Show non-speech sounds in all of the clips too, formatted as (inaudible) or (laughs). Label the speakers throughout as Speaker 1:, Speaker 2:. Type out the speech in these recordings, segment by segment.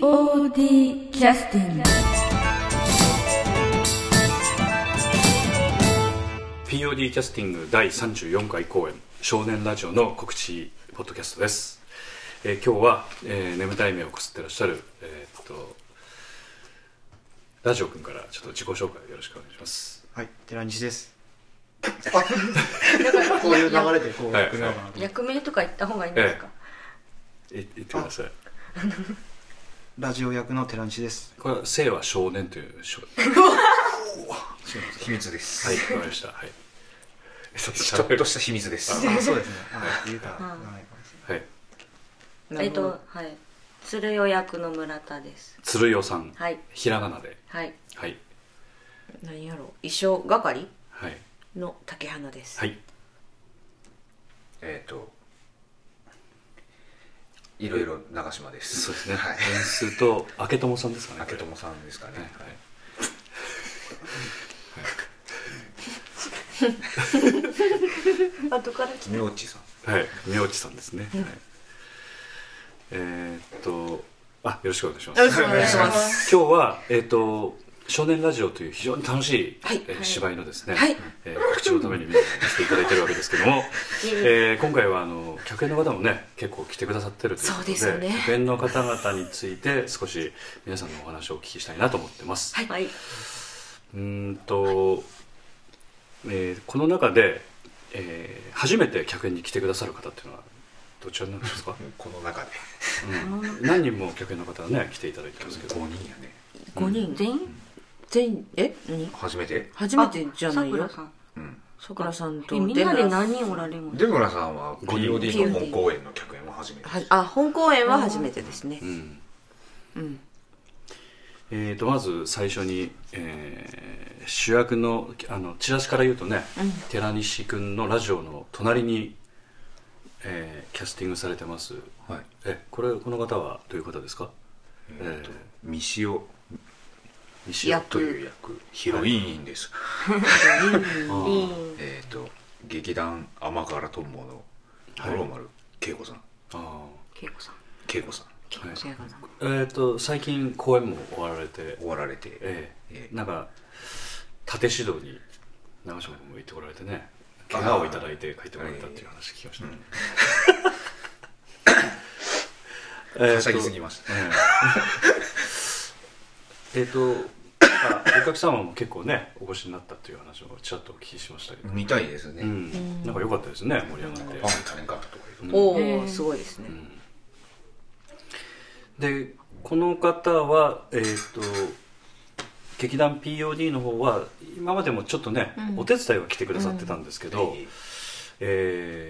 Speaker 1: POD キャスティング
Speaker 2: POD キャスティング第34回公演少年ラジオの告知ポッドキャストです、えー今日は、えー眠たい目をこすってらっしゃる、えーっとラジオくんからちょっと自己紹介よろしくお願いします
Speaker 3: はい、寺西です。 (laughs) こういう流れでこう
Speaker 2: はい
Speaker 3: 来るのかなと
Speaker 1: 役名とか言った方がいいんですか、
Speaker 2: い言ってください
Speaker 3: ラジオ役の寺西です。
Speaker 2: これは性は少年という少
Speaker 4: 秘密です。
Speaker 2: はいわかりましたはい
Speaker 4: (laughs) ちょっとした秘密です。
Speaker 3: あ、そうですね。はい、言うたらないかもし
Speaker 2: はい
Speaker 3: れない。
Speaker 1: えっとはい鶴代役の村田です
Speaker 2: 鶴代さん、
Speaker 1: はい
Speaker 2: ひらがなで
Speaker 1: はい
Speaker 2: はい
Speaker 5: 何やろう衣装係
Speaker 2: はい
Speaker 5: の竹花です、
Speaker 2: はい
Speaker 4: えっ、と、いろいろ長島です。
Speaker 2: そうですね、
Speaker 4: はい。
Speaker 2: 演出と明友さんですかね
Speaker 4: 明友さんですかね。
Speaker 2: はい
Speaker 5: 後から来
Speaker 4: みおちさん。
Speaker 2: はい、宮内さんですね。はい、えーっと、あ、よろしくお願いします。
Speaker 5: よろしくお願いしま
Speaker 2: 今日は、えーっと、少年ラジオという非常に楽しい、
Speaker 5: はい
Speaker 2: えー芝居のですね、
Speaker 5: はい
Speaker 2: えー告知のために見に来ていただいてるわけですけ
Speaker 5: (laughs)
Speaker 2: ども、えー今回はあの客演の方もね結構来てくださってるということで
Speaker 5: そうですよね
Speaker 2: 客演の方々について少し皆さんのお話をお聞きしたいなと思ってます。
Speaker 1: はい、はい、
Speaker 2: うーんと、えーこの中で、えー初めて客演に来てくださる方っていうのはどちらになるんですか、
Speaker 4: この中で。
Speaker 2: うん、何人も客演の方がね来ていただいてますけど
Speaker 4: 5人やね。
Speaker 5: 5人
Speaker 1: 全員
Speaker 5: 全員え何
Speaker 4: 初めて。
Speaker 5: 初めてじゃない
Speaker 1: あ
Speaker 5: よ
Speaker 1: さくらさん
Speaker 4: うん。
Speaker 5: さくらさん
Speaker 1: え
Speaker 5: と
Speaker 1: みんなで
Speaker 5: 出村
Speaker 1: 何人おられます
Speaker 4: で、村さんは
Speaker 2: 五人
Speaker 4: POD の本公演の客演は初めて。
Speaker 5: はあ本公演は初めてですね
Speaker 2: うん
Speaker 5: うん
Speaker 2: えー、とまず最初に、えー主役のあのチラシから言うとね、
Speaker 5: うん
Speaker 2: 寺西君のラジオの隣に、えーキャスティングされてます
Speaker 4: はい。
Speaker 2: えこれこの方はどういう方ですか、えー
Speaker 4: みしお
Speaker 2: 西尾
Speaker 4: という役、ヒロインです。
Speaker 2: あー
Speaker 1: リーン
Speaker 4: えっ、と、劇団天からトンボの五郎丸恵子さん。
Speaker 2: あ
Speaker 1: 恵子さん
Speaker 4: 恵子さん。
Speaker 2: ーはい
Speaker 5: せやかな
Speaker 2: えー、と最近公演も終わられて、
Speaker 4: 終わられて。
Speaker 2: ええ
Speaker 4: ええ
Speaker 2: なんか縦指導に長嶋君も行ってこられてね怪我をいただいて帰ってこられたっていう話聞きましたね、 (laughs) えーと
Speaker 4: はしゃぎすぎました
Speaker 2: えええーとなんかお客様も結構ねお越しになったっていう話をちらっとお聞きしましたけど、
Speaker 4: 見たいですね。
Speaker 2: うんなんか良かったですね盛り上がって、
Speaker 4: パン食べんかったとか言うと
Speaker 5: おおすごいですね
Speaker 2: でこの方はえっ、と劇団 POD の方は今までもちょっとね、お手伝いは来てくださってたんですけど、
Speaker 4: ええ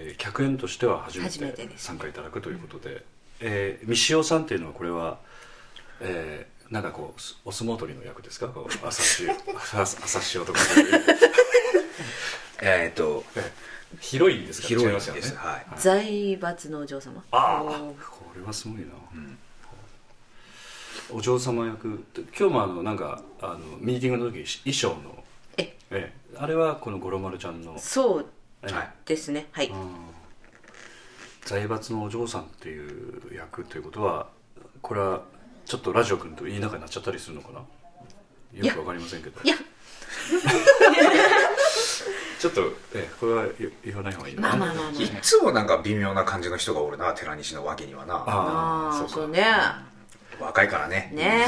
Speaker 2: えー客演としては初め
Speaker 5: 初め
Speaker 2: て
Speaker 5: てです
Speaker 2: 参加いただくということでえー、三塩さんっていうのはこれは、えーなんかこうすお相撲取りの役ですかこう朝塩朝朝塩とか (laughs) そういう
Speaker 4: えーっと、
Speaker 2: 広いんですか
Speaker 4: 広いんで
Speaker 2: 違
Speaker 4: す
Speaker 2: ますよね
Speaker 4: はい。
Speaker 5: 財閥のお嬢様
Speaker 2: ああ
Speaker 5: おー
Speaker 2: これはすごいな、
Speaker 4: ん
Speaker 2: お嬢様役って今日もあのなんかあのミーティングの時衣装の
Speaker 5: え
Speaker 2: ええあれはこの五郎丸ちゃんの、
Speaker 5: そう
Speaker 2: ええ
Speaker 4: はい
Speaker 5: ですねはい
Speaker 2: うん財閥のお嬢さんっていう役ということはこれはちょっとラジオ君といい仲になっちゃったりするのかなよくわかりませんけど
Speaker 5: いや
Speaker 2: ちょっと、ええ、これは言言わない方がいいの
Speaker 5: まあ
Speaker 2: かな
Speaker 5: まあまあま
Speaker 4: いっつもなんか微妙な感じの人がおるな、寺西のわけにはな。
Speaker 5: あ
Speaker 2: あ
Speaker 5: あ
Speaker 2: あ
Speaker 5: あー
Speaker 2: そ
Speaker 5: そうう
Speaker 2: か
Speaker 5: ね
Speaker 4: 若いからね。
Speaker 5: ね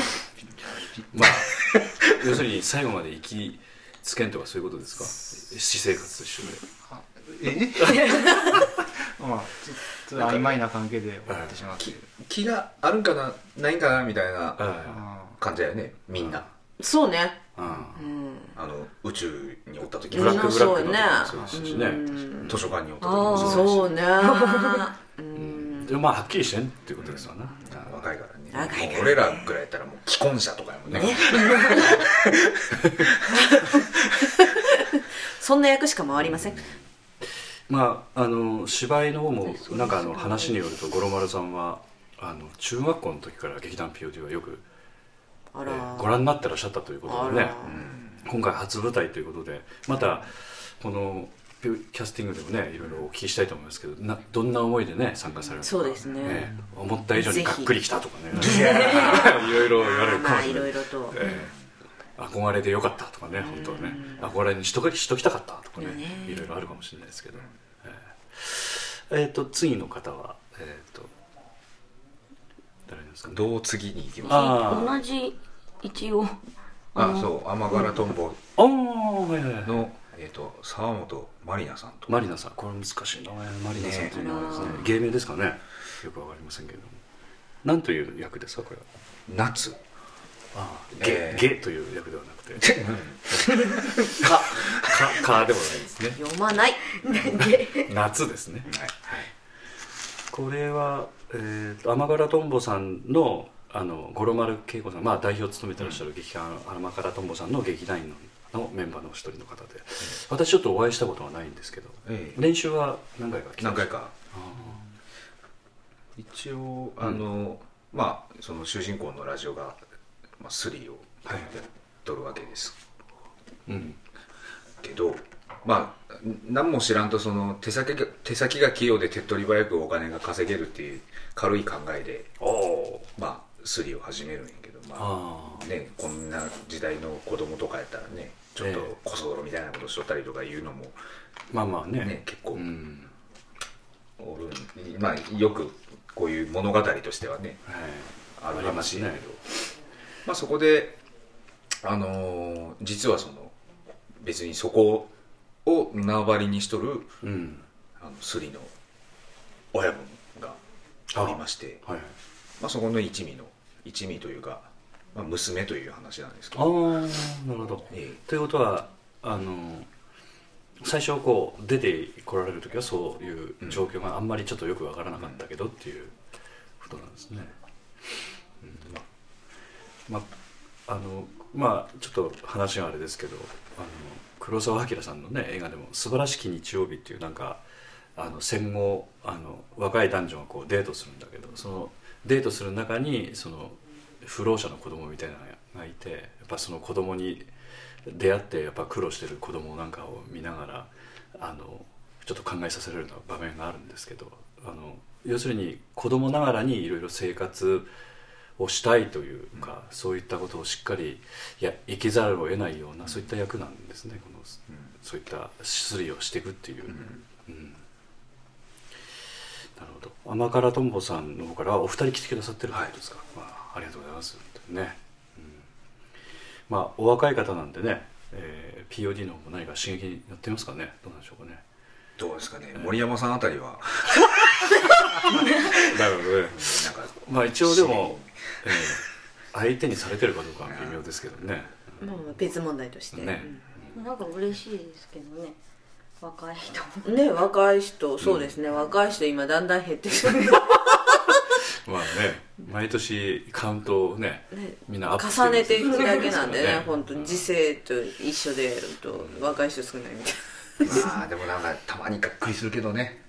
Speaker 2: まあ (laughs) 要するに最後まで生きつけんとかそういうことですか私生活と一緒で
Speaker 3: え
Speaker 4: (laughs)
Speaker 3: まあ、ちょっと曖昧な関係で終わってしまって。
Speaker 4: 気があるんかな、ないんかな、みたいな
Speaker 2: あ
Speaker 3: あ
Speaker 4: 感じだよね、みんな。
Speaker 5: そうね
Speaker 2: あ
Speaker 5: うん
Speaker 4: あの、宇宙におった時
Speaker 2: ブラックブラック
Speaker 5: そう
Speaker 2: の
Speaker 5: ね
Speaker 2: 時もそうですしね
Speaker 5: うん
Speaker 4: 図書館におった時もそ
Speaker 5: そうう
Speaker 4: だし。
Speaker 5: ね
Speaker 2: (laughs)
Speaker 5: うん
Speaker 2: でもまあはっきりしてんっていうことですわな、
Speaker 4: 若いからね。
Speaker 5: 若いからね
Speaker 4: もう俺らぐらいやったらもう既婚者とかやもんね。
Speaker 5: そんな役しか回りません
Speaker 2: まああの芝居の方もなんかあの話によると五郎丸さんはあの中学校の時から劇団 POD はよく、
Speaker 5: あ
Speaker 2: え
Speaker 5: ら
Speaker 2: ーご覧になってらっしゃったということで
Speaker 5: あ
Speaker 2: ね
Speaker 5: ら
Speaker 2: 今回初舞台ということでまたこのキャスティングでもねいろいろお聞きしたいと思いますけどなどんな思いでね参加されるのか
Speaker 5: そうですね
Speaker 2: ええ思った以上にがっくりきたとか
Speaker 5: (laughs)
Speaker 2: ね (laughs) いろいろ言われるか
Speaker 5: ま
Speaker 2: も
Speaker 5: あ
Speaker 2: し
Speaker 5: い
Speaker 2: れな
Speaker 5: ろ
Speaker 2: い
Speaker 5: いろと、
Speaker 2: ええ憧れでよかったとかね本当はね憧れにしとかしときたかったとかね
Speaker 5: よね
Speaker 2: いろいろあるかもしれないですけど、えええーと次の方はえっ、と誰ですかね
Speaker 4: どう次に行きます
Speaker 2: あー
Speaker 1: 同じ一応
Speaker 4: あそう天柄トンボ
Speaker 2: あーはいはいはい
Speaker 4: の、えー、と沢本まりなさんと
Speaker 2: マリナさんこれ難しい名前マリナさんという名前ですね
Speaker 5: ね
Speaker 2: 芸名ですかねよくわかりませんけれどもなんという役ですかこれは
Speaker 4: 夏
Speaker 2: ああ
Speaker 4: え
Speaker 2: ゲ
Speaker 4: ー
Speaker 2: ゲという役ではなくて (laughs) かかかでもないですね
Speaker 5: 読まない
Speaker 2: 夏ですね
Speaker 4: はい
Speaker 2: これは、えーと天柄とんぼさんのあの五郎丸恵子さん、まあ、代表を務めてらっしゃる劇団、天柄とんぼさんの劇団員ののメンバーのお一人の方で、私ちょっとお会いしたことはないんですけど、
Speaker 4: ええ
Speaker 2: 練習は何回か来てま
Speaker 4: 何
Speaker 2: した
Speaker 4: 回か一応あの、まあその主人公のラジオが、まあ、3をやっとるわけです
Speaker 2: うん
Speaker 4: けど、まあ何も知らんとその手先が手先が器用で手っ取り早くお金が稼げるっていう軽い考えで
Speaker 2: おお
Speaker 4: まあ3を始めるんやけどま
Speaker 2: あ
Speaker 4: あねこんな時代の子供とかやったらねちょっ
Speaker 2: ええ
Speaker 4: とこそ泥みたいなことしとったりとかいうのも
Speaker 2: あまあまあね
Speaker 4: ね結構
Speaker 2: うん
Speaker 4: おるんまあよくこういう物語としてはね
Speaker 2: はい、
Speaker 4: ある話や
Speaker 2: あ
Speaker 4: け
Speaker 2: り
Speaker 4: ど、まあ、そこで、あのー実はその別にそこを縄張りにしとる
Speaker 2: うん
Speaker 4: あのスリの親分がおりまして
Speaker 2: はい
Speaker 4: まあ、そこの一味の一味というか、まあ、娘という話なんですけ
Speaker 2: ああ
Speaker 4: ど、
Speaker 2: なるほど
Speaker 4: ええ
Speaker 2: ということはあの最初こう出てこられる時はそういう状況があんまりちょっとよくわからなかったけどっていうことなんですね、うんまああのまあちょっと話があれですけどあの黒澤明さんのね映画でも「素晴らしき日曜日」っていうなんかあの戦後あの若い男女がこうデートするんだけどそのデートする中にその不老者の子供みたいなのがいてやっぱその子供に出会ってやっぱ苦労してる子供なんかを見ながらあのちょっと考えさせられるような場面があるんですけどあの要するに子供ながらにいろいろ生活をしたいというか、そういったことをしっかりいや生きざるを得ないようなそういった役なんですねこの、そういったすりをしていくっていう、うんなるほど甘辛とんぼさんの方からはお二人来てくださってるということですか、まあ、ありがとうございます本当にね、うんまあお若い方なんでね、えー POD の方も何か刺激になってますかねどうなんでしょうかね
Speaker 4: どうですかね森山さんあた
Speaker 2: (laughs)
Speaker 4: りは
Speaker 2: なるほどね
Speaker 4: なんか
Speaker 2: まあ一応でも、えー相手にされてるかどうかは微妙ですけどね
Speaker 5: まあまあ別問題として、
Speaker 2: ね、
Speaker 1: なんか嬉しいですけどね若い人も
Speaker 5: うんね若い人そうですね、若い人今だんだん減ってきてる
Speaker 2: まあね毎年カウントをね
Speaker 5: ね
Speaker 2: みんなアップ
Speaker 5: 重ねていくだけなんでね
Speaker 2: 本
Speaker 5: 本当時勢と一緒でやると若い人少ないみたい
Speaker 4: まあでもなんかたまにがっくりするけどね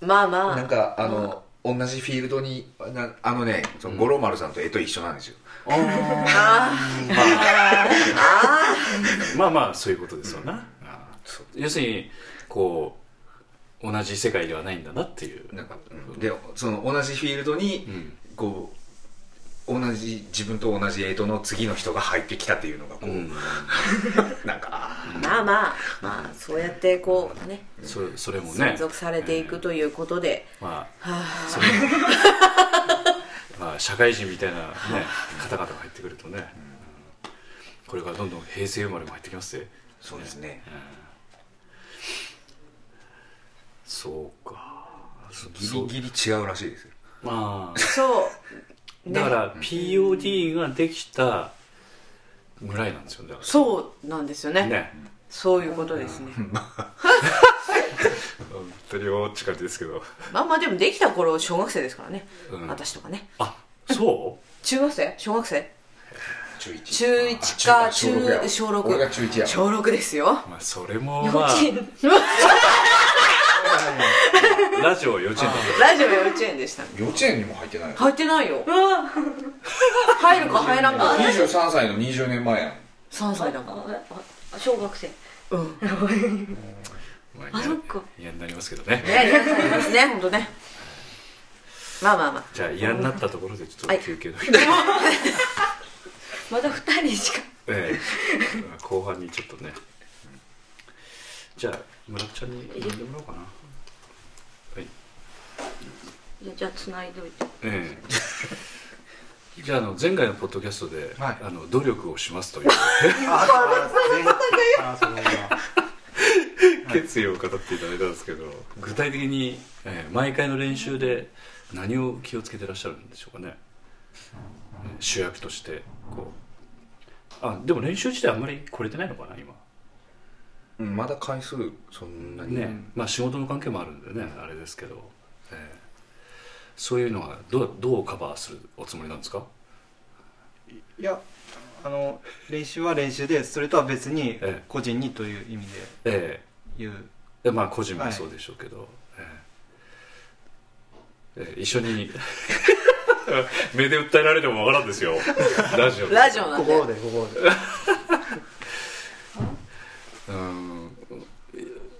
Speaker 5: なまあまあ
Speaker 4: なんかあの、同じフィールドになあのねその五郎丸さんと絵と一緒なんですよ、
Speaker 2: まあまあそういうことですよな、要するにこう同じ世界ではないんだなっていう
Speaker 4: なんか、うんでその同じフィールドに、こう同じ自分と同じエイトの次の人が入ってきたっていうのがこう、
Speaker 2: うん
Speaker 4: なんかあ
Speaker 5: まあまあまあそうやってこうね
Speaker 2: それそれもね
Speaker 5: 存続されていくということで、
Speaker 2: まあそれも (laughs) まあ社会人みたいな、ね、方々が入ってくるとね、これからどんどん平成生まれも入ってきますぜ
Speaker 4: ーそうですね
Speaker 2: そうかそ
Speaker 4: ギ
Speaker 2: そう
Speaker 4: リギリ違うらしいですよ
Speaker 2: まあ
Speaker 5: そう、ね、
Speaker 2: だから、POD ができたぐらいなんですよねだから
Speaker 5: そうなんですよね
Speaker 2: ね
Speaker 5: そういうことですね、
Speaker 2: 本当におっち感じですけど
Speaker 5: まあまあでもできた頃小学生ですからね、
Speaker 2: うん
Speaker 5: 私とかね
Speaker 2: あそう
Speaker 5: 中学生小学生
Speaker 4: 中1
Speaker 5: 中1か中
Speaker 4: や
Speaker 5: 小6
Speaker 4: 俺が中1や
Speaker 5: 小6ですよ
Speaker 2: (laughs) まあそれもまあラジオ幼稚園だ
Speaker 5: ラジオ幼稚園でした
Speaker 4: 幼稚園にも入ってない
Speaker 5: 入ってないよ入るか入らんか
Speaker 4: 23歳の20年前やん
Speaker 5: 3歳だもん
Speaker 1: ああ小学生
Speaker 5: うん
Speaker 2: まあ
Speaker 1: あそっか
Speaker 2: 嫌になりますけどね
Speaker 5: ね皆さんいますね本当ねまあまあまあ
Speaker 2: じゃあ嫌になったところでちょっと休憩の、
Speaker 1: まだ二人しか
Speaker 2: ええ (laughs) 後半にちょっとねじゃあ村木ちゃんに呼んでもらおうかなはい
Speaker 1: いやじゃあ繋いどいて
Speaker 2: ええ (laughs) じゃああの前回のポッドキャストで、
Speaker 3: はい
Speaker 2: あの努力をしますという
Speaker 3: ああそうだ
Speaker 2: 決意を語っていただいたんですけど具体的に、ええ毎回の練習で何を気をつけてらっしゃるんでしょうかね、ええ主役としてこうあでも練習自体あんまりこれてないのかな今
Speaker 4: うんまだ回数そんなに
Speaker 2: ね、まあ仕事の関係もあるんでねあれですけど、ええそういうのはどうどうカバーするおつもりなんですか
Speaker 3: (laughs) いやあの練習は練習でそれとは別に
Speaker 2: ええ
Speaker 3: 個人にという意味で
Speaker 2: ええ
Speaker 3: 言う
Speaker 2: でまあ個人もそうでしょうけど、ええええ一緒に (laughs) 目で訴えられてもわからんですよラジオで
Speaker 5: ラジオなんで
Speaker 3: 心で心で
Speaker 2: うん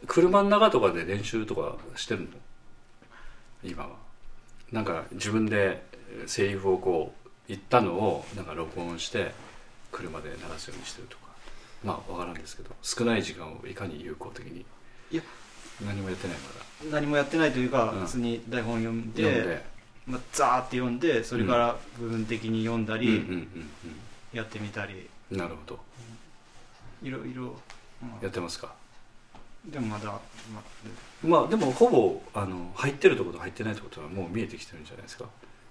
Speaker 2: 車の中とかで練習とかしてるの今はなんか自分でセリフをこう言ったのをなんか録音して車で流すようにしてるとかまあわからんですけど少ない時間をいかに有効的に
Speaker 3: いや
Speaker 2: 何もやってないまだ
Speaker 3: 何もやってないというか
Speaker 2: うん
Speaker 3: 普通に台本読
Speaker 2: 読
Speaker 3: ん
Speaker 2: ん
Speaker 3: で
Speaker 2: で、
Speaker 3: まあザーって読んでそれから部分的に読んだ
Speaker 2: うんうんう
Speaker 3: り
Speaker 2: ん
Speaker 3: やってみたり
Speaker 2: うんなるほど
Speaker 3: いろいろまあ
Speaker 2: やってますか
Speaker 3: でもまだま
Speaker 2: まあでもほぼあの入ってるとこと入ってないとことはもう見えてきてるんじゃないですか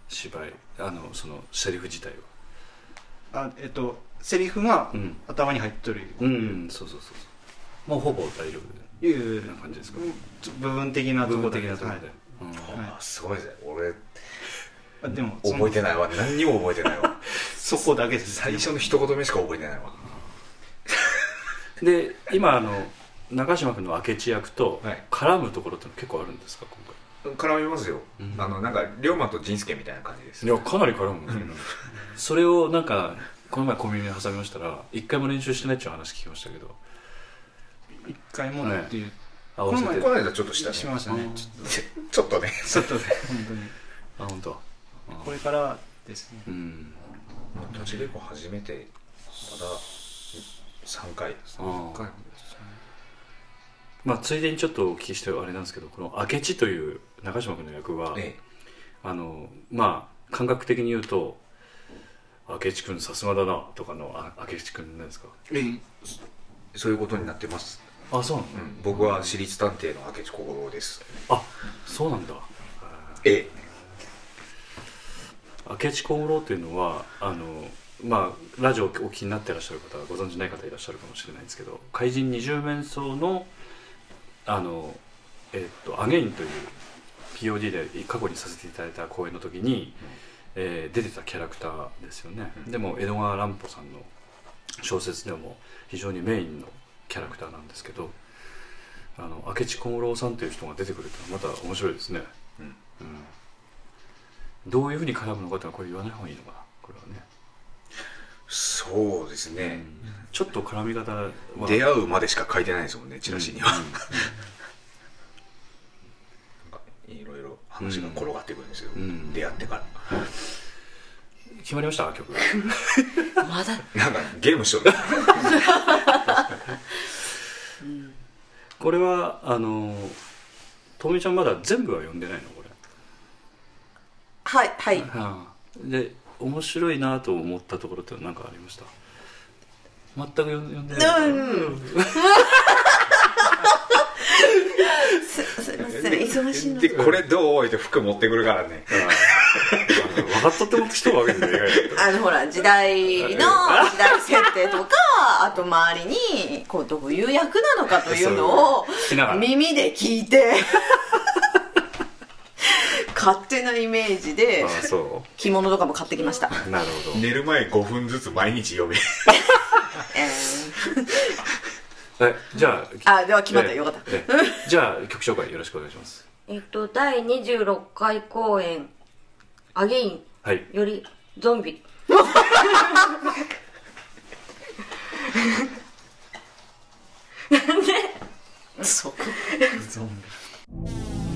Speaker 2: 芝居あのそのセリフ自体は
Speaker 3: ああえっとセリフが
Speaker 2: うん
Speaker 3: 頭に入っとる
Speaker 2: うん、そうそうそうそうもうほぼ大丈夫
Speaker 3: いう
Speaker 2: な感じですか
Speaker 3: ちょ部分的なと
Speaker 2: 文法
Speaker 3: ころだ
Speaker 2: 的
Speaker 3: け
Speaker 2: なところ
Speaker 3: はい
Speaker 2: で、うん
Speaker 3: はい
Speaker 4: あすごいですね俺
Speaker 3: あでも
Speaker 4: 覚えて
Speaker 3: い
Speaker 4: ないわ何にも覚えてないわ
Speaker 3: そこだけです
Speaker 4: (laughs) 最初の一言目しか覚えてないわ
Speaker 2: で今あの中島君の明智役と
Speaker 4: はい
Speaker 2: 絡むところっての結構あるんですか今回
Speaker 4: 絡みますよ、
Speaker 2: うん
Speaker 4: あのなんか龍馬と仁助みたいな感じです
Speaker 2: いやかなり絡むんですけどそれをなんかこの前コンビニに挟みましたら一回も練習してないっていう話聞きましたけど
Speaker 3: 一回もっていう、
Speaker 2: 合
Speaker 4: こ
Speaker 2: わ
Speaker 4: の
Speaker 2: せ
Speaker 4: 前
Speaker 2: て
Speaker 4: この間ちょっとしたね
Speaker 3: しましたね
Speaker 2: うん
Speaker 3: ちょ
Speaker 4: (laughs) ちょっとね
Speaker 3: ちょっとね本当に
Speaker 2: あ本当あ
Speaker 3: これからですね
Speaker 2: うん
Speaker 4: 立ち稽古始めてまだ3回です
Speaker 2: あ
Speaker 4: ね
Speaker 2: ーまあ、ついでにちょっとお聞きしてあれなんですけどこの明智という中島君の役は、
Speaker 4: え
Speaker 2: あのまあ感覚的に言うと「明智君さすがだな」とかのあ明智君なんですか
Speaker 4: えそういうことになってます、
Speaker 2: あそうなの、
Speaker 4: うん、僕は私立探偵の明智小五郎です
Speaker 2: あそうなんだ
Speaker 4: ええ
Speaker 2: 明智小五郎というのはあのまあラジオをお聞きになってらっしゃる方はご存じない方いらっしゃるかもしれないんですけど怪人二十面相のあのえっと「アゲイン」という POD で過去にさせていただいた公演の時に、えー出てたキャラクターですよね、でも江戸川乱歩さんの小説でも非常にメインのキャラクターなんですけどあの明智小五郎さんという人が出てくるとまた面白いですね、
Speaker 4: うん
Speaker 2: どういうふうに絡むのかってのはこれ言わない方がいいのかなこれはね、
Speaker 4: そうですね、
Speaker 2: ちょっと絡み方は
Speaker 4: 出会うまでしか書いてないですもんねチラシには、
Speaker 2: うんうん
Speaker 4: なんかいろいろ話が転がってくるんですよ、
Speaker 2: うん
Speaker 4: 出会ってから
Speaker 2: 決まりました曲
Speaker 5: まだ
Speaker 4: なんかゲームしとる
Speaker 2: これはあのとみちゃんまだ全部は読んでないのこれ
Speaker 5: はいはい
Speaker 2: はあ、で面白いなと思ったところって何かありました全く読ん読んでない、
Speaker 5: すすいません忙しいの
Speaker 4: でこれどうって服持ってくるからね
Speaker 2: 分かったってこと人がわけじゃない
Speaker 5: あのほら時代の時代設定とかあと周りにこうどういう役なのかというの
Speaker 2: そ
Speaker 5: を
Speaker 2: う聞きながら
Speaker 5: 耳で聞いて勝手なイメージで
Speaker 2: ああそ
Speaker 5: 着物とかも買ってきました、
Speaker 2: うなるほ
Speaker 4: 寝る前5分ずつ毎日読め
Speaker 5: えー
Speaker 2: どえじゃあ
Speaker 5: あでは決まったよかった
Speaker 2: ええじゃあ曲紹介よろしくお願いします
Speaker 1: えっと第26回公演「アゲイン
Speaker 2: はい
Speaker 1: よりゾンビ
Speaker 5: そこ
Speaker 3: ゾンビ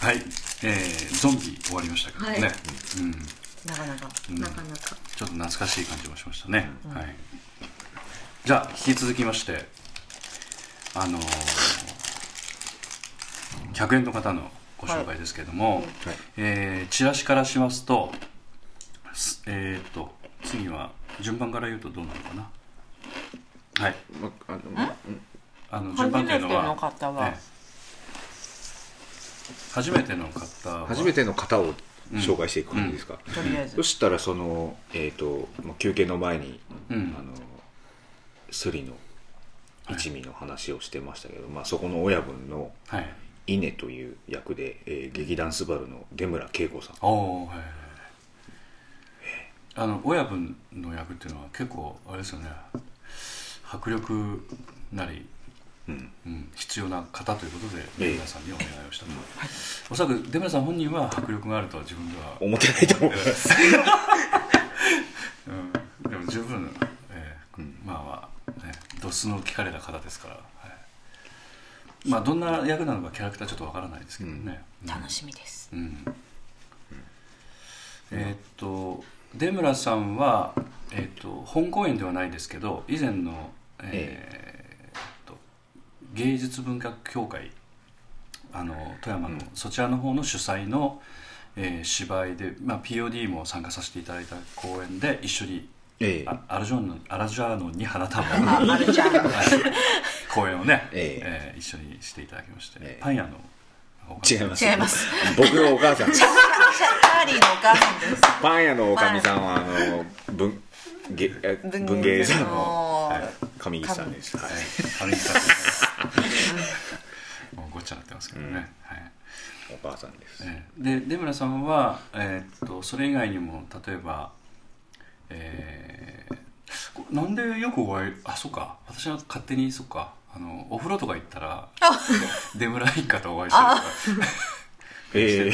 Speaker 2: はい、えー、ゾンビ終わりましたけどね、
Speaker 1: はい
Speaker 2: うん、
Speaker 5: なかなか
Speaker 1: なかなか
Speaker 2: ちょっと懐かしい感じもしましたね、はい、じゃあ引き続きましてあのー、100円の方のご紹介ですけども、えーチラシからしますとすえーっと次は順番から言うとどうなのかなはい
Speaker 4: まあの
Speaker 2: あの順
Speaker 6: 初
Speaker 2: 番とい
Speaker 6: め
Speaker 2: う
Speaker 6: て
Speaker 2: の
Speaker 6: の
Speaker 2: は
Speaker 6: 方は
Speaker 2: ええ初めての方は
Speaker 4: 初めての方を紹介していく感じですか、
Speaker 6: とりあえず
Speaker 4: そしたらその、えー、とまあ休憩の前に、
Speaker 2: うん
Speaker 4: あのスリの一味の話をしてましたけど、まあ、そこの親分の
Speaker 2: はい
Speaker 4: 稲という役で、えー劇団スバルの出村恵子さん
Speaker 2: おおはいはいはいあの親分の役っていうのは結構あれですよね迫力なり、
Speaker 4: うん
Speaker 2: うん必要な方ということで
Speaker 4: ええ
Speaker 2: 出村さんにお願いをしたと、おそらく出村さん本人は迫力があるとは自分では、
Speaker 4: 思ってないと (laughs) 思います
Speaker 2: うん、でも十分、ええまあまあ、ね、ドスの聞かれた方ですから、はいまあどんな役なのかキャラクターちょっとわからないですけどね、うん
Speaker 5: 楽しみです (laughs)
Speaker 2: うんえーっと出村さんは、えーっと本公演ではないですけど以前の、えーっと芸術文化協会あの富山の、そちらの方の主催の、えー芝居で、まあ、POD も参加させていただいた公演で一緒に
Speaker 4: ええ
Speaker 2: あアラジョーノアラジャーノに花束
Speaker 4: (laughs)
Speaker 2: を
Speaker 5: あるじゃん
Speaker 2: 公演をね、
Speaker 4: え
Speaker 2: えー一緒にしていただきまして、
Speaker 4: ええ
Speaker 2: パン屋の
Speaker 4: 違います
Speaker 5: 違います
Speaker 4: 僕のお母 (laughs) さんです
Speaker 5: チャーリーのお母さんです
Speaker 4: パン屋のおかみさんはあの文芸え文芸さんの上木さんです、 (laughs) はい、
Speaker 2: あれに立ってますもうごっちゃになってますけどね、
Speaker 4: うん
Speaker 2: はい
Speaker 4: お母さんです、
Speaker 2: えーで出村さんは、えーっとそれ以外にも例えばえーこなんでよくお会いあそうか私は勝手にそっかあのお風呂とか行ったら出村一家とお会いしてるとか、
Speaker 4: ええ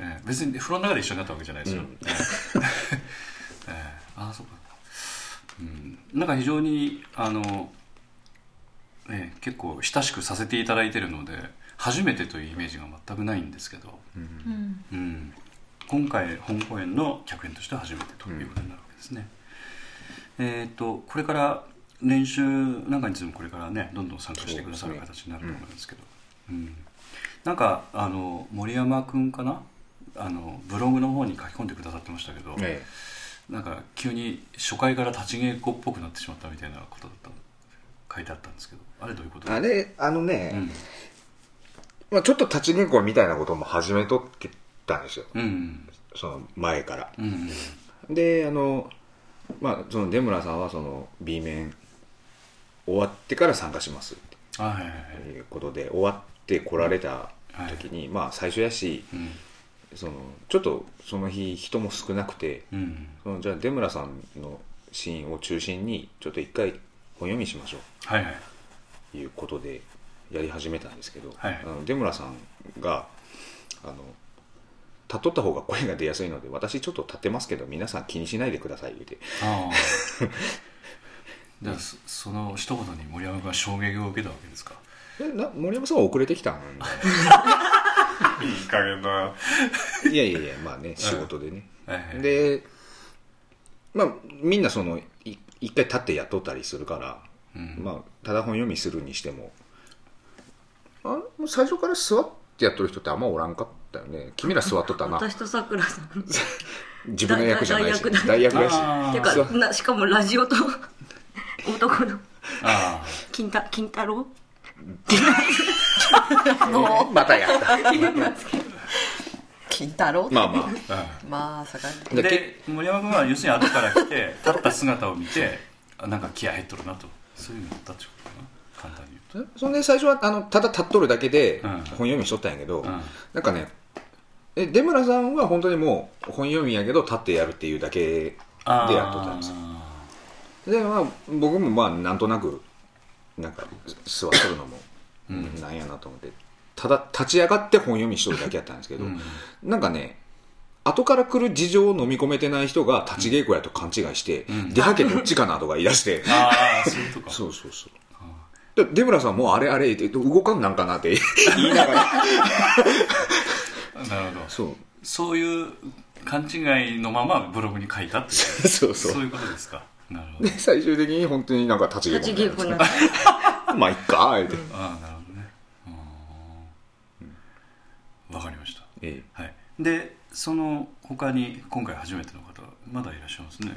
Speaker 2: えー別に風呂の中で一緒になったわけじゃないですよ、
Speaker 4: うん
Speaker 2: え (laughs) ーえーあそうか、うん、なんか非常にあの、ね、結構親しくさせていただいてるので初めてというイメージが全くないんですけど、
Speaker 6: うん
Speaker 2: うん、今回本公演の客演としては初めてということになるわけですね、えっ、とこれから練習なんかについてもこれからねどんどん参加してくださる
Speaker 4: そうです
Speaker 2: 形になると思いますけどうんなんかあの森山君かなあのブログの方に書き込んでくださってましたけど、
Speaker 4: え
Speaker 2: なんか急に初回から立ち稽古っぽくなってしまったみたいなことだった書いてあったんですけどあれどういうこと
Speaker 4: えあれあのね、
Speaker 2: うん
Speaker 4: まあ、ちょっと立ち稽古みたいなことも始めとってたんですよ
Speaker 2: うん
Speaker 4: その前から
Speaker 2: うんうん
Speaker 4: であのまあその出村さんはその B 面終わってから参加しますっ
Speaker 2: あはいはいは
Speaker 4: て
Speaker 2: い
Speaker 4: いうことで終わって来られた時に、まあ最初やし
Speaker 2: うん
Speaker 4: そのちょっとその日人も少なくて
Speaker 2: うん
Speaker 4: そのじゃあ出村さんのシーンを中心にちょっと一回本読みしましょう
Speaker 2: はいはい
Speaker 4: ということでやり始めたんですけど、
Speaker 2: はい
Speaker 4: あの出村さんがあの立っとった方が声が出やすいので私ちょっと立ってますけど皆さん気にしないでください言うて
Speaker 2: ああ (laughs) だからそその一言に森山君は衝撃を受けたわけですか
Speaker 4: えな森山さんは遅れてき
Speaker 2: (laughs)
Speaker 4: たん
Speaker 2: いい加減だよ
Speaker 4: いやいやいやまあね仕事でね、
Speaker 2: はいはい
Speaker 4: でまあみんなそのい一回立ってやっとったりするから、
Speaker 2: うん
Speaker 4: まあただ本読みするにしてもあもう最初から座ってやっとる人ってあんまおらんかったよね君ら座っとったな
Speaker 1: 私とさくらさん
Speaker 4: 自分の役じゃないし
Speaker 1: 大
Speaker 4: 代
Speaker 1: 代
Speaker 4: 役やし
Speaker 2: あー
Speaker 1: て
Speaker 4: そ
Speaker 1: か
Speaker 4: う
Speaker 1: なしかもラジオと男の
Speaker 2: あ
Speaker 1: 金太金太郎
Speaker 4: またやった
Speaker 5: 金太郎
Speaker 4: まあま
Speaker 2: あああ
Speaker 5: まあさか
Speaker 4: あで
Speaker 2: で森山君は要するに後から来て立った姿を見てあなんか気合入っとるなとそういうのだったってことかな簡単に言う
Speaker 4: けそんで最初はあのただ立っとるだけで
Speaker 2: うん
Speaker 4: 本読みしとったんやけど、
Speaker 2: ん
Speaker 4: なんかねえ出村さんは本当にもう本読みやけど立ってやるっていうだけで
Speaker 2: と
Speaker 4: やっとったんですよでまあ僕もまあなんとなくなんかす座っとるのも
Speaker 2: うん
Speaker 4: なんやなと思って、ただ立ち上がって本読みしとるだけやったんですけど、
Speaker 2: うん
Speaker 4: なんかね後から来る事情を飲み込めてない人が立ち稽古やと勘違いして、
Speaker 2: ん
Speaker 4: 出はけどっちかなとか言い出して
Speaker 2: ああそういうことか
Speaker 4: そうそうそうで出村さんもうあれあれって動かんなんかなって言いながら
Speaker 2: なるほど
Speaker 4: そう
Speaker 2: そういう勘違いのままブログに書いたっていう
Speaker 4: (laughs) そう
Speaker 2: そう
Speaker 4: そう
Speaker 2: いうことですかなるほ
Speaker 4: で
Speaker 2: ど
Speaker 4: 最終的に本当になんか立ち稽
Speaker 1: 立ち
Speaker 4: 古
Speaker 1: 稽古
Speaker 4: にな
Speaker 1: なん
Speaker 4: る
Speaker 1: て
Speaker 4: まあいっかーって、
Speaker 2: ああなるほどねうんわかりました
Speaker 4: え
Speaker 2: はいでその他に今回初めての方まだいらっしゃいますね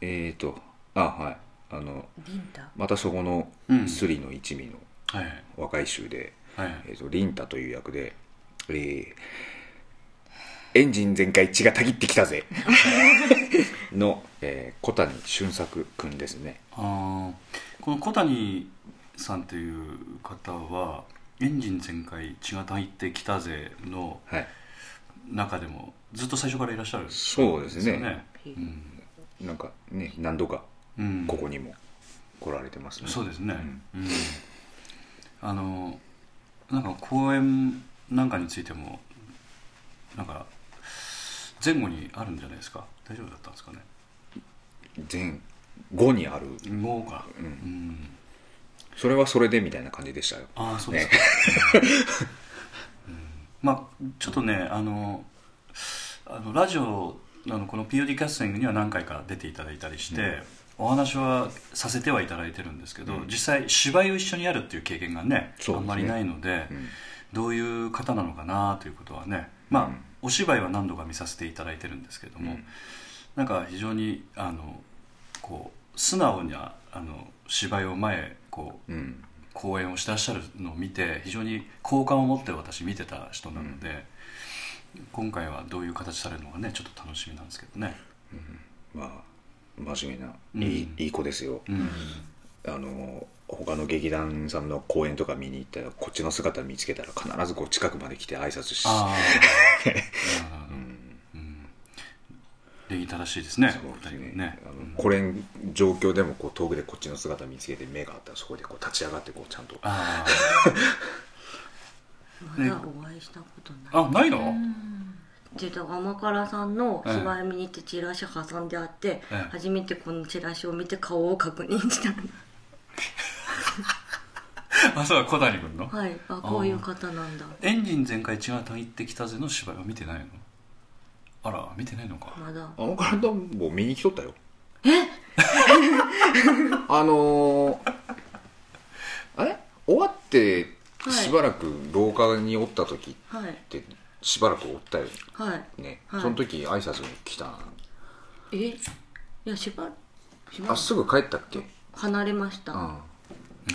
Speaker 4: ええーとあはいあの
Speaker 5: リンタ
Speaker 4: またそこの
Speaker 2: うん
Speaker 4: スリの一味の
Speaker 2: はいはい
Speaker 4: 若い衆で、
Speaker 2: はい
Speaker 4: えー、とリンタという役で、えーエンジン全開血がたぎってきた (laughs) ぜの、えー小谷俊作君ですね
Speaker 2: あーこの小谷さんという方は「エンジン全開血がたいてきたぜ」の
Speaker 4: はい
Speaker 2: 中でもずっと最初からいらっしゃるんで
Speaker 4: そうです
Speaker 2: すよ
Speaker 4: ね
Speaker 2: ねうん、
Speaker 4: なんかね何度か
Speaker 2: うん
Speaker 4: ここにも来られてますね、
Speaker 2: そうですね、うんあのなんか公演なんかについてもなんか前後にあるんじゃないですか大丈夫だったんですかね
Speaker 4: 全5にある
Speaker 2: 豪華うん、
Speaker 4: それはそれでみたいな感じでしたよ
Speaker 2: ああそうですか、うんまあちょっとねあのあのラジオあのこの POD キャスティングには何回か出ていただいたりして、お話はさせてはいただいてるんですけど、実際芝居を一緒にやるっていう経験がね
Speaker 4: そう
Speaker 2: あん
Speaker 4: ですね
Speaker 2: まりないので、どういう方なのかなということはねまあ、お芝居は何度か見させていただいてるんですけども、なんか非常にあのこう素直なあの芝居を前こう、
Speaker 4: うん
Speaker 2: 講演をしてらっしゃるのを見て非常に好感を持って私見てた人なので、今回はどういう形されるのかねちょっと楽しみなんですけどね
Speaker 4: まあ真面目な、
Speaker 2: うん
Speaker 4: いいいい子ですよ、
Speaker 2: うん
Speaker 4: あの他の劇団さんの公演とか見に行ったらこっちの姿見つけたら必ずこう近くまで来て挨拶し
Speaker 2: ああ (laughs) なるほどうん礼儀正しいですね
Speaker 4: そうです
Speaker 2: お二
Speaker 4: ね
Speaker 2: 人ね
Speaker 4: あの
Speaker 2: うん
Speaker 4: これん状況でもこう遠くでこっちの姿見つけて目があったらそこでこう立ち上がってこうちゃんと
Speaker 2: あ
Speaker 1: まだお会いしたことない
Speaker 2: ああないの、
Speaker 1: ってだから甘辛さんの芝居見に行ってチラシ挟んであって、
Speaker 2: ええ
Speaker 1: 初めてこのチラシを見て顔を確認したの
Speaker 2: (laughs) あそう小谷君の
Speaker 1: はいあこういう方なんだ
Speaker 2: エンジン全開違うと言ってきたぜの芝居は見てないのあら見てないのか
Speaker 1: まだ
Speaker 4: あの体も見に来とったよえ (laughs) あのーあれ終わってしばらく廊下におった時っ
Speaker 1: はい
Speaker 4: てしばらくおったよ
Speaker 1: はい
Speaker 4: ね、
Speaker 1: はい
Speaker 4: その時挨拶に来たな
Speaker 1: えいやしばしば
Speaker 4: あすぐ帰ったっけ
Speaker 1: 離れました、
Speaker 4: うん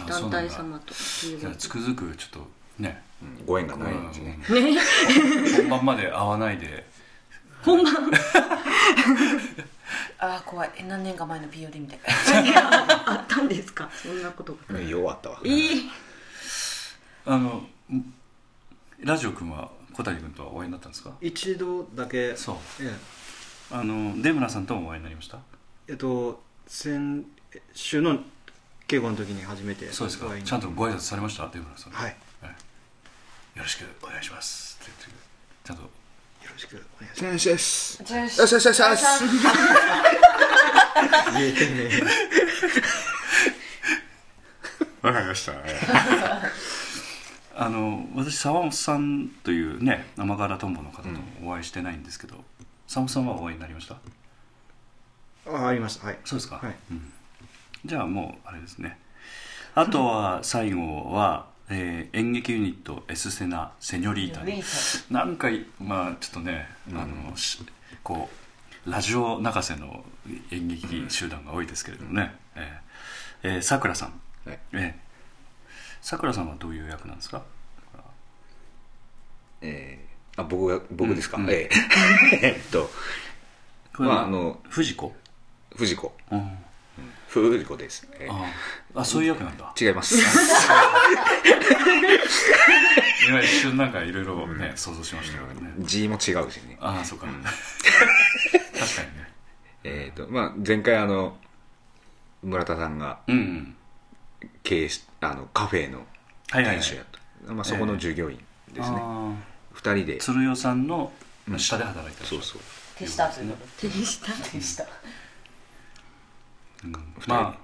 Speaker 1: 団体様と
Speaker 2: いやつくづくちょっとね
Speaker 4: ご縁がないんですね、
Speaker 2: (laughs) 本番まで会わないで
Speaker 5: ああ怖いえ何年か前の POD みたい
Speaker 2: (laughs)
Speaker 1: (laughs) あったんですかそんなことが
Speaker 4: うんようあったわ
Speaker 2: あのんラジオ君は小谷君とはお会いになったんですか
Speaker 3: 一度だけ
Speaker 2: そう
Speaker 3: え
Speaker 2: あの出村さんともお会いになりました
Speaker 3: ええっと先週の稽古の時に初めて
Speaker 2: そうですか
Speaker 3: お会いに
Speaker 2: ちゃんとご挨拶されました出村さん
Speaker 3: はい
Speaker 2: よろしくお願いしますって言ってちゃんと
Speaker 3: よろしくお願いし
Speaker 4: 先生です
Speaker 5: な
Speaker 4: よしよしよしよし
Speaker 3: ます言えてね
Speaker 4: わかりました
Speaker 2: あの私沢本さんというね天柄トンボの方とお会いしてないんですけど、沢本さんはお会いになりました
Speaker 3: あありましたはい
Speaker 2: そうですか、
Speaker 3: はい
Speaker 2: うんじゃあもうあれですねあとは最後は、えー演劇ユニット「エスセナ・セニョリータ」なんかいまあちょっとね、あのしこうラジオ泣かせの演劇集団が多いですけれどもね、えーえーさくらさん
Speaker 4: はい
Speaker 2: ええさくらさんはどういう役なんですか
Speaker 4: えーあ僕が僕ですか、
Speaker 2: うんうん
Speaker 4: ええ (laughs) えっと
Speaker 2: これ
Speaker 4: まああの
Speaker 2: 藤子、
Speaker 4: 藤子
Speaker 2: うん
Speaker 4: 藤子です、え
Speaker 2: あああそういう役なんだ
Speaker 4: ー違います
Speaker 2: 今一瞬なんかいろいろね、想像しましたけどね、
Speaker 4: 字も違うしね
Speaker 2: ああそうか、確かにね
Speaker 4: えっ、とまあ前回あの村田さんが
Speaker 2: うんうん
Speaker 4: 経営しあのカフェの
Speaker 2: はいはい、は
Speaker 4: 店
Speaker 2: い、
Speaker 4: 主やった、まあ、そこの従業員ですね、
Speaker 2: あ
Speaker 4: 二2人で
Speaker 2: ー鶴代さんの下で働いてらっしゃ
Speaker 4: そ
Speaker 2: る
Speaker 4: うそう
Speaker 5: 手下ということ
Speaker 1: 手下
Speaker 5: 手下
Speaker 2: うん
Speaker 4: 二人,、
Speaker 2: ま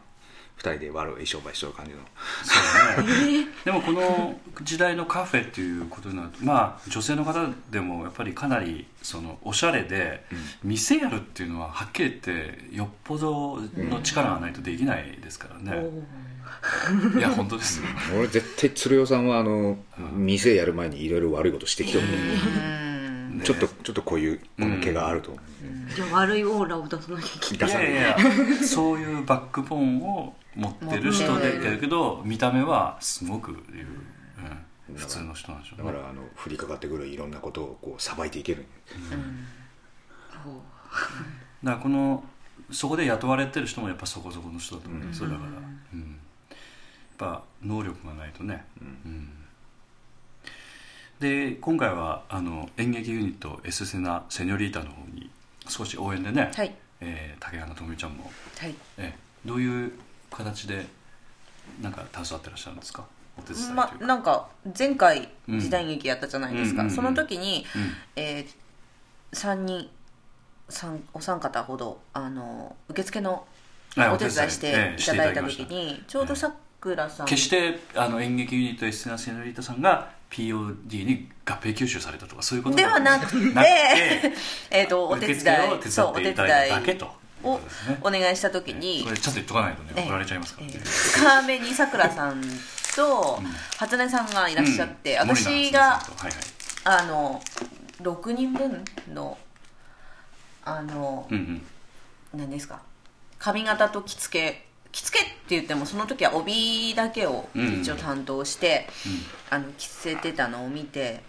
Speaker 4: 人で悪い商売しとる感じの
Speaker 2: あそうだね、 (laughs) でもこの時代のカフェっていうことになるとまあ女性の方でもやっぱりかなりそのおしゃれで、店やるっていうのははっきり言ってよっぽどの力がないとできないですからね、いや本当ですよ
Speaker 4: 俺絶対鶴代さんはあの店やる前にいろいろ悪いことしてきてる、ちょっとちょっとこういうこの毛があると思う、
Speaker 1: じゃあ悪いオーラを出さなきゃいけない
Speaker 4: 出さない
Speaker 2: いやいやそういうバックボーンを持ってる人でだけど見た目はすごくいう、うん、普通の人なんでしょう
Speaker 4: だからあの降りかかってくるいろんなことをこうさばいていける
Speaker 2: だからこのそこで雇われてる人もやっぱそこそこの人だと思うんですよ、だから、うん、やっぱ能力がないとね、うんで今回はあの演劇ユニット「エスセナ・セニョリータ」の方に少し応援でね、
Speaker 5: はい
Speaker 2: えー竹花智美ちゃんも、
Speaker 5: はい
Speaker 2: えーどういう形でなんか携わってらっしゃるんですかお手伝いというか
Speaker 5: ま、なんか前回
Speaker 2: うん
Speaker 5: 時代劇やったじゃないです
Speaker 2: うんうんうんう
Speaker 5: か
Speaker 2: ん
Speaker 5: その時に
Speaker 2: うん
Speaker 5: え3人三お三方ほどあの受付の
Speaker 2: はい
Speaker 5: お手伝いしていただいた
Speaker 2: え
Speaker 5: 時
Speaker 2: えしていただきま
Speaker 5: にちょうどさくらさん
Speaker 2: 決してあの演劇ユニットエステナ・セノリータさんが POD に合併吸収されたとかそういうこと
Speaker 5: ではなくて
Speaker 2: なくて
Speaker 5: (laughs) えっとお手伝い
Speaker 2: 受付を手
Speaker 5: そ
Speaker 2: 伝
Speaker 5: うお
Speaker 2: っ
Speaker 5: 手
Speaker 2: て
Speaker 5: 伝
Speaker 2: いただいただけ
Speaker 5: い
Speaker 2: と
Speaker 5: をお願いした時に
Speaker 2: これちょっと言っとかないとね
Speaker 5: ええ
Speaker 2: 怒られちゃいますからね、
Speaker 5: ええ二日目にさくらさんと初音さんがいらっしゃって、
Speaker 2: うん
Speaker 5: 私が
Speaker 2: 森永さんとはいはい
Speaker 5: あの6人分のあの、
Speaker 2: うんうん
Speaker 5: 何ですか髪型と着付け着付けって言ってもその時は帯だけを
Speaker 2: うん
Speaker 5: 一応担当して、あの着せてたのを見て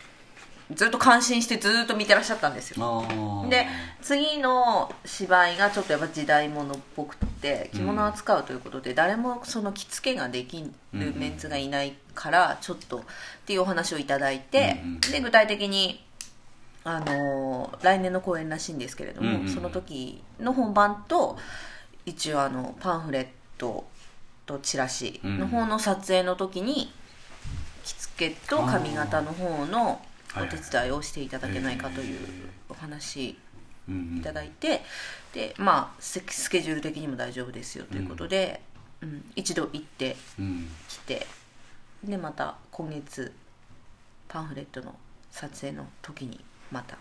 Speaker 5: ずっと感心してずっと見てらっしゃったんですよ
Speaker 2: あー
Speaker 5: で次の芝居がちょっとやっぱ時代物っぽくて着物を扱うということで、誰もその着付けができるメンツがいないからちょっとっていうお話をいただいて、
Speaker 2: うんうん
Speaker 5: で具体的に、あのー来年の公演らしいんですけれども、
Speaker 2: うんうん
Speaker 5: その時の本番と一応あのパンフレットとチラシの方の撮影の時に着付けと髪型の方のお手伝いをしていただけないかというお話
Speaker 2: うんうん
Speaker 5: いただいて、でまあススケジュール的にも大丈夫ですよということで、うん一度行って
Speaker 2: うん
Speaker 5: きてでまた今月パンフレットの撮影の時にまた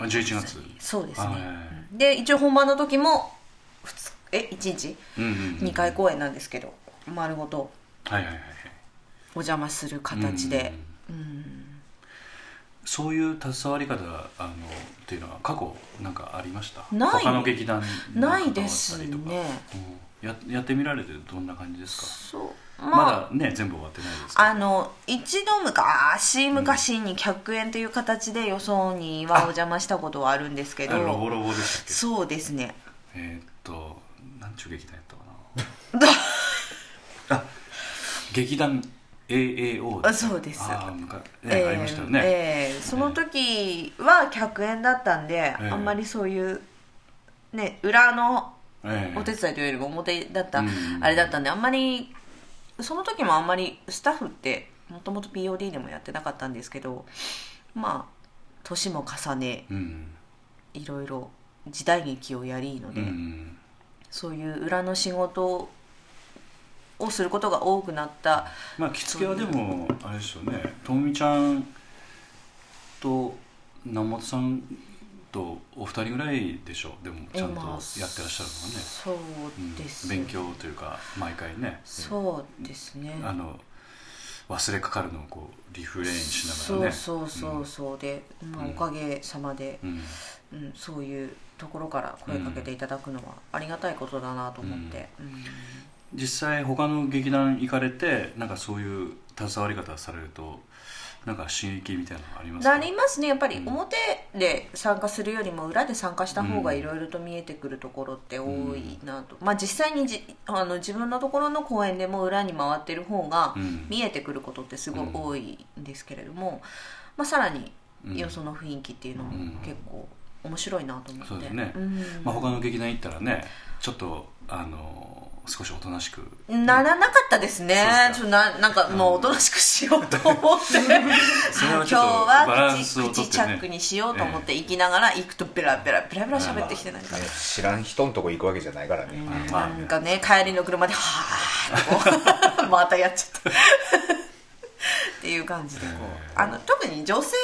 Speaker 2: あ11月
Speaker 5: そうですね
Speaker 2: はい、
Speaker 5: うんで一応本番の時もふつえ1日
Speaker 2: うんうん
Speaker 5: 2回公演なんですけど丸ごと
Speaker 2: はいはいはいはい
Speaker 5: お邪魔する形で、
Speaker 2: うん
Speaker 5: うん
Speaker 2: そういう携わり方あのっていうのは過去なんかありました
Speaker 5: ない
Speaker 2: 他の劇団に関わ
Speaker 5: な
Speaker 2: ったり
Speaker 5: い
Speaker 2: とか
Speaker 5: ですね
Speaker 2: うんややってみられてどんな感じですか
Speaker 5: そう
Speaker 2: まだね全部終わってないですけど
Speaker 5: あの一度昔昔に客演という形でよそにはお邪魔したことはあるんですけ
Speaker 2: あロボ
Speaker 5: ど
Speaker 2: ロボでしたっ
Speaker 5: そうですね
Speaker 2: けえーっと何ちゅう劇団やったかな
Speaker 5: (laughs)
Speaker 2: あ劇団 AAO
Speaker 5: あそうです
Speaker 2: あーなんかねありましたよね、
Speaker 5: えーえーその時は客演だったんで、
Speaker 2: ええ
Speaker 5: あんまりそういうね裏の
Speaker 2: ええ
Speaker 5: お手伝いというよりも表だった、
Speaker 2: うん
Speaker 5: あれだったんであんまりその時もあんまりスタッフってもともと POD でもやってなかったんですけどまあ年も重ね
Speaker 2: うん
Speaker 5: いろいろ時代劇をやりの
Speaker 2: う
Speaker 5: で、
Speaker 2: ん
Speaker 5: そういう裏の仕事をすることが多くなった
Speaker 2: まあ着付けはでもあれですよねともみちゃんと南本さんとお二人ぐらいでしょでもちゃんと
Speaker 5: まあ
Speaker 2: やってらっしゃるのがね、
Speaker 5: そう
Speaker 2: うん
Speaker 5: です、
Speaker 2: 勉強というか毎回ね
Speaker 5: そうですね、
Speaker 2: あの忘れかかるのをこうリフレインしながらね
Speaker 5: そうそうそうそうで、まあ、
Speaker 2: うん
Speaker 5: おかげさまで、
Speaker 2: うん
Speaker 5: うんそういうところから声かけていただくのはありがたいことだなと思って、うん
Speaker 2: 実際他の劇団行かれてなんかそういう携わり方されるとなんか刺激みたいなのありますか
Speaker 5: なりますねやっぱり
Speaker 2: うん
Speaker 5: 表で参加するよりも裏で参加した方がいろいろと見えてくるところって多いなと、まあ実際にじあの自分のところの公演でも裏に回ってる方が
Speaker 2: うん
Speaker 5: 見えてくることってすごい多いんですけれども、まあ、さらに
Speaker 2: うん
Speaker 5: よその雰囲気っていうのも
Speaker 2: うん
Speaker 5: 結構面白いなと思って、
Speaker 2: そうですね
Speaker 5: ん
Speaker 2: まあ、他の劇団行ったらねちょっとあの少しおとなしく
Speaker 5: ならなかったですね
Speaker 2: そうですか
Speaker 5: ちょっとななんかもうおとなしくしようと思って、
Speaker 2: (laughs) それ
Speaker 5: (laughs) 今
Speaker 2: は
Speaker 5: 日
Speaker 2: ちょっとバラ
Speaker 5: は
Speaker 2: ンス
Speaker 5: 口,、
Speaker 2: をとってね
Speaker 5: 口チャックにしようと思って行きながら行くとペラペラペラペラ喋ってきてなんか、
Speaker 4: ね知らん人んとこ行くわけじゃないからね、
Speaker 2: んまあ
Speaker 5: なんかね帰りの車ではーってこう (laughs) またやっちゃったっていう感じでこうあの特に女性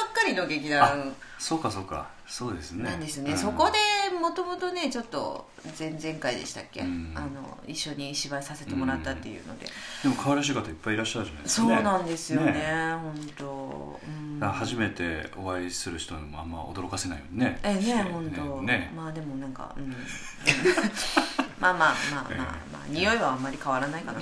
Speaker 5: ばっかりの劇団
Speaker 2: そうかそうかそうですね
Speaker 5: なんですね、
Speaker 2: うん
Speaker 5: そこでもともとねちょっと前々回でしたっけ、
Speaker 2: うん
Speaker 5: あの一緒に芝居させてもらったっていうので、
Speaker 2: でも可愛らしい方いっぱいいらっしゃるじゃないです
Speaker 5: そ
Speaker 2: か、
Speaker 5: うなんですよね
Speaker 2: ね
Speaker 5: 本当、うん
Speaker 2: だから初めてお会いする人にもあんま驚かせないようにね
Speaker 5: ええね
Speaker 2: して
Speaker 5: 本当、
Speaker 2: ね
Speaker 5: まあでもなんかうんまあまあまあまあ、まあ、匂いはあんまり変わらないかな、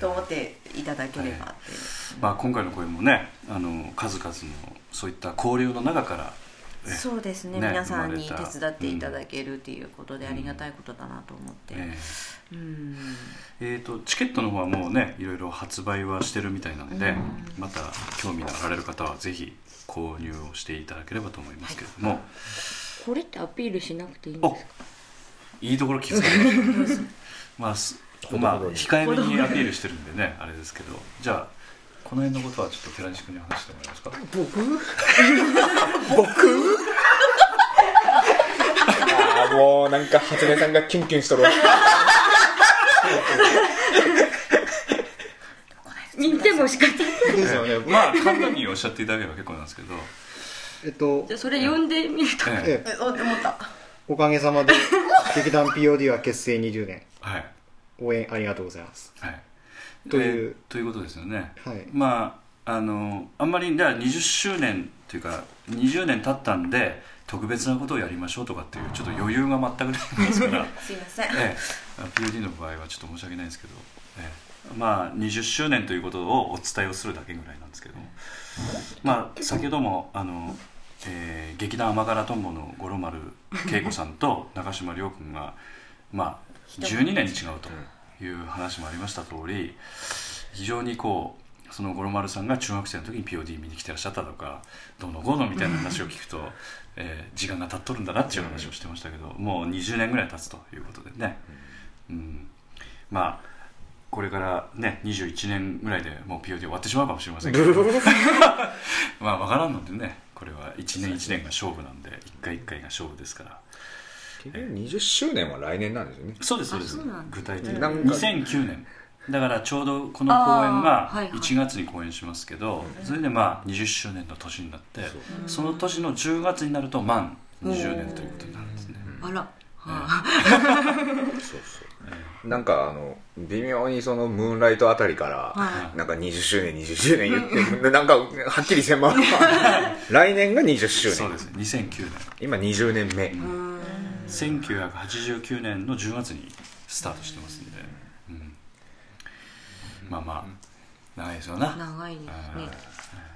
Speaker 5: と思っていただければっていう、
Speaker 2: まあ、今回の声もねあの数々のそういった交流の中からえ
Speaker 5: そうですね
Speaker 2: ね
Speaker 5: 皆さんに
Speaker 2: 生まれた
Speaker 5: 手伝っていただけるっていうことでありがたいことだなと思って、
Speaker 2: え
Speaker 5: うん
Speaker 2: ーえーとチケットの方はもうねいろいろ発売はしてるみたいなので、また興味のあられる方はぜひ購入をしていただければと思いますけれども、
Speaker 1: これってアピールしなくていいん
Speaker 2: お
Speaker 1: ですか
Speaker 2: いいところ気づかれま
Speaker 5: (laughs)
Speaker 2: したねまあすまあ控えめにアピールしてるんでねあれですけどじゃあこの辺のことはちょっと寺西君に話してもらえますか
Speaker 4: ああもうなんか初音さんがキュンキュンしとるわ
Speaker 1: 言っても仕方ない
Speaker 3: ですよね僕
Speaker 2: まあ簡単におっしゃっていただければ結構なんですけど、
Speaker 3: えっと
Speaker 1: じゃあそれ読んでみると
Speaker 2: ええ
Speaker 3: ええ
Speaker 5: えお思った
Speaker 3: おかげさまで劇団 POD は結成20年
Speaker 2: はい
Speaker 3: 応援ありがとうございます
Speaker 2: はい、
Speaker 3: とい
Speaker 2: え
Speaker 3: う
Speaker 2: ーということですよね、
Speaker 3: はい
Speaker 2: まああのあんまりじゃあ20周年というか20年経ったんで特別なことをやりましょうとかっていうちょっと余裕が全くないですから、
Speaker 5: すいません、
Speaker 2: ええ、POD の場合はちょっと申し訳ないんですけど、ええ、まあ20周年ということをお伝えをするだけぐらいなんですけどもまあ先ほどもあの、えー劇団甘辛とんぼの五郎丸恵子さんと中島亮君がまあ12年違うという話もありました通り非常にこうその五郎丸さんが中学生の時に POD 見に来てらっしゃったとかどうのこうのみたいな話を聞くと、えー時間が経っとるんだなっていう話をしてましたけどもう20年ぐらい経つということでね、うん、まあこれからね21年ぐらいでもう POD 終わってしまうかもしれませんけど
Speaker 4: (laughs)
Speaker 2: まあ分からんのでねこれは1年1年が勝負なんで1回1回が勝負ですから
Speaker 4: 結局20周年は来年なんですよね
Speaker 2: そうですそうです
Speaker 1: そうなんだ
Speaker 2: 具体的に
Speaker 4: なんか
Speaker 2: 2009年だからちょうどこの公演が
Speaker 1: あーはいはい
Speaker 2: 1月に公演しますけどそれでまあ20周年の年になって
Speaker 4: そう
Speaker 2: その年の10月になると満20年ということになるんですね
Speaker 1: あら
Speaker 4: そうそうなんかあの微妙にそのムーンライトあたりから、なんか20周年20周年言ってるなんかはっきりせんまま来年が20周
Speaker 2: そう
Speaker 4: 年
Speaker 2: です2009
Speaker 4: 今20年目、
Speaker 2: 年1989年の10月にスタートしてますんで、うんまあまあ長いですよな
Speaker 1: 長いですね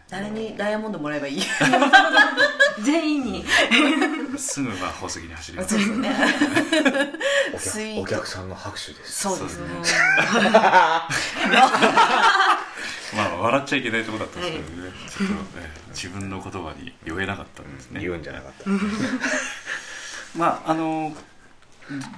Speaker 5: 誰にダイヤモンドもらえばいい
Speaker 1: 全員に
Speaker 2: すぐまあ宝石に走り
Speaker 1: (laughs)
Speaker 2: ます
Speaker 5: そうですね
Speaker 4: お
Speaker 5: スイー
Speaker 4: 客
Speaker 5: ト
Speaker 4: お客さんの拍手です
Speaker 5: そうです
Speaker 4: (laughs)
Speaker 5: ね
Speaker 2: まあ笑っちゃいけないところだったんですけどね、ちょっと、えー自分の言葉に酔えなかったんですね、
Speaker 4: 言うんじゃなかった
Speaker 2: まああの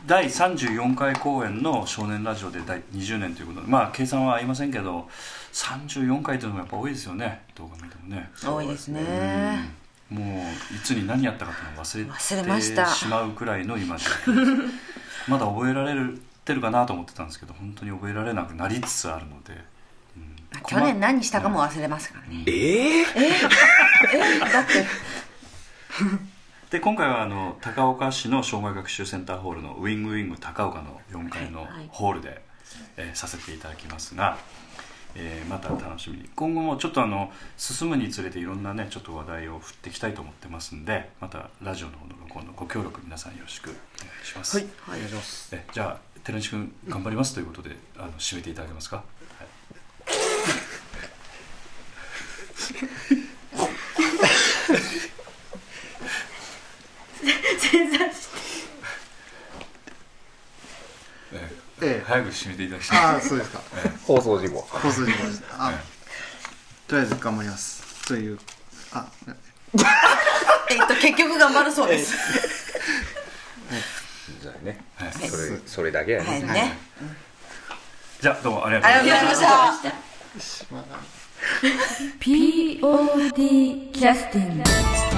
Speaker 2: 第34回公演の「少年ラジオ」で第20年ということでまあ計算は合いませんけど34回というのもやっぱ多いですよねどう考えてもね
Speaker 5: 多いですね
Speaker 2: うんもういつに何やったかっていうのを
Speaker 5: 忘れ
Speaker 2: 忘
Speaker 5: ま
Speaker 2: れ
Speaker 5: した
Speaker 2: てしまうくらいの今状況ですまだ覚えられてるかなと思ってたんですけど本当に覚えられなくなりつつあるので、うん
Speaker 5: 去年何したかも忘れますからね
Speaker 4: ええ
Speaker 5: だって
Speaker 2: で今回はあの高岡市の障害学習センターホールのウィングウィング高岡の4階の
Speaker 1: はいはい
Speaker 2: ホールで、えーさせていただきますが、えーまた楽しみに今後もちょっとあの進むにつれていろんなねちょっと話題を振っていきたいと思ってますんでまたラジオの方の録音のご協力皆さんよろしくお願いします、
Speaker 3: お願いします
Speaker 2: えじゃあ寺西君頑張りますということであの締めていただけますか、はい (laughs)
Speaker 1: 正座して
Speaker 2: え
Speaker 3: ええ
Speaker 2: 早く締めていただきたい
Speaker 3: ああそうですか
Speaker 4: 放送事故
Speaker 3: 放送事故でしたあとりあえず頑張りますというあ
Speaker 5: えっと結局頑張るそうです
Speaker 4: じゃあね、
Speaker 2: はい
Speaker 4: それそれだけやね、
Speaker 5: はいね
Speaker 2: じゃあどうもありがとうございま
Speaker 5: あ
Speaker 2: した
Speaker 5: りがとうございました
Speaker 6: POD キャスティング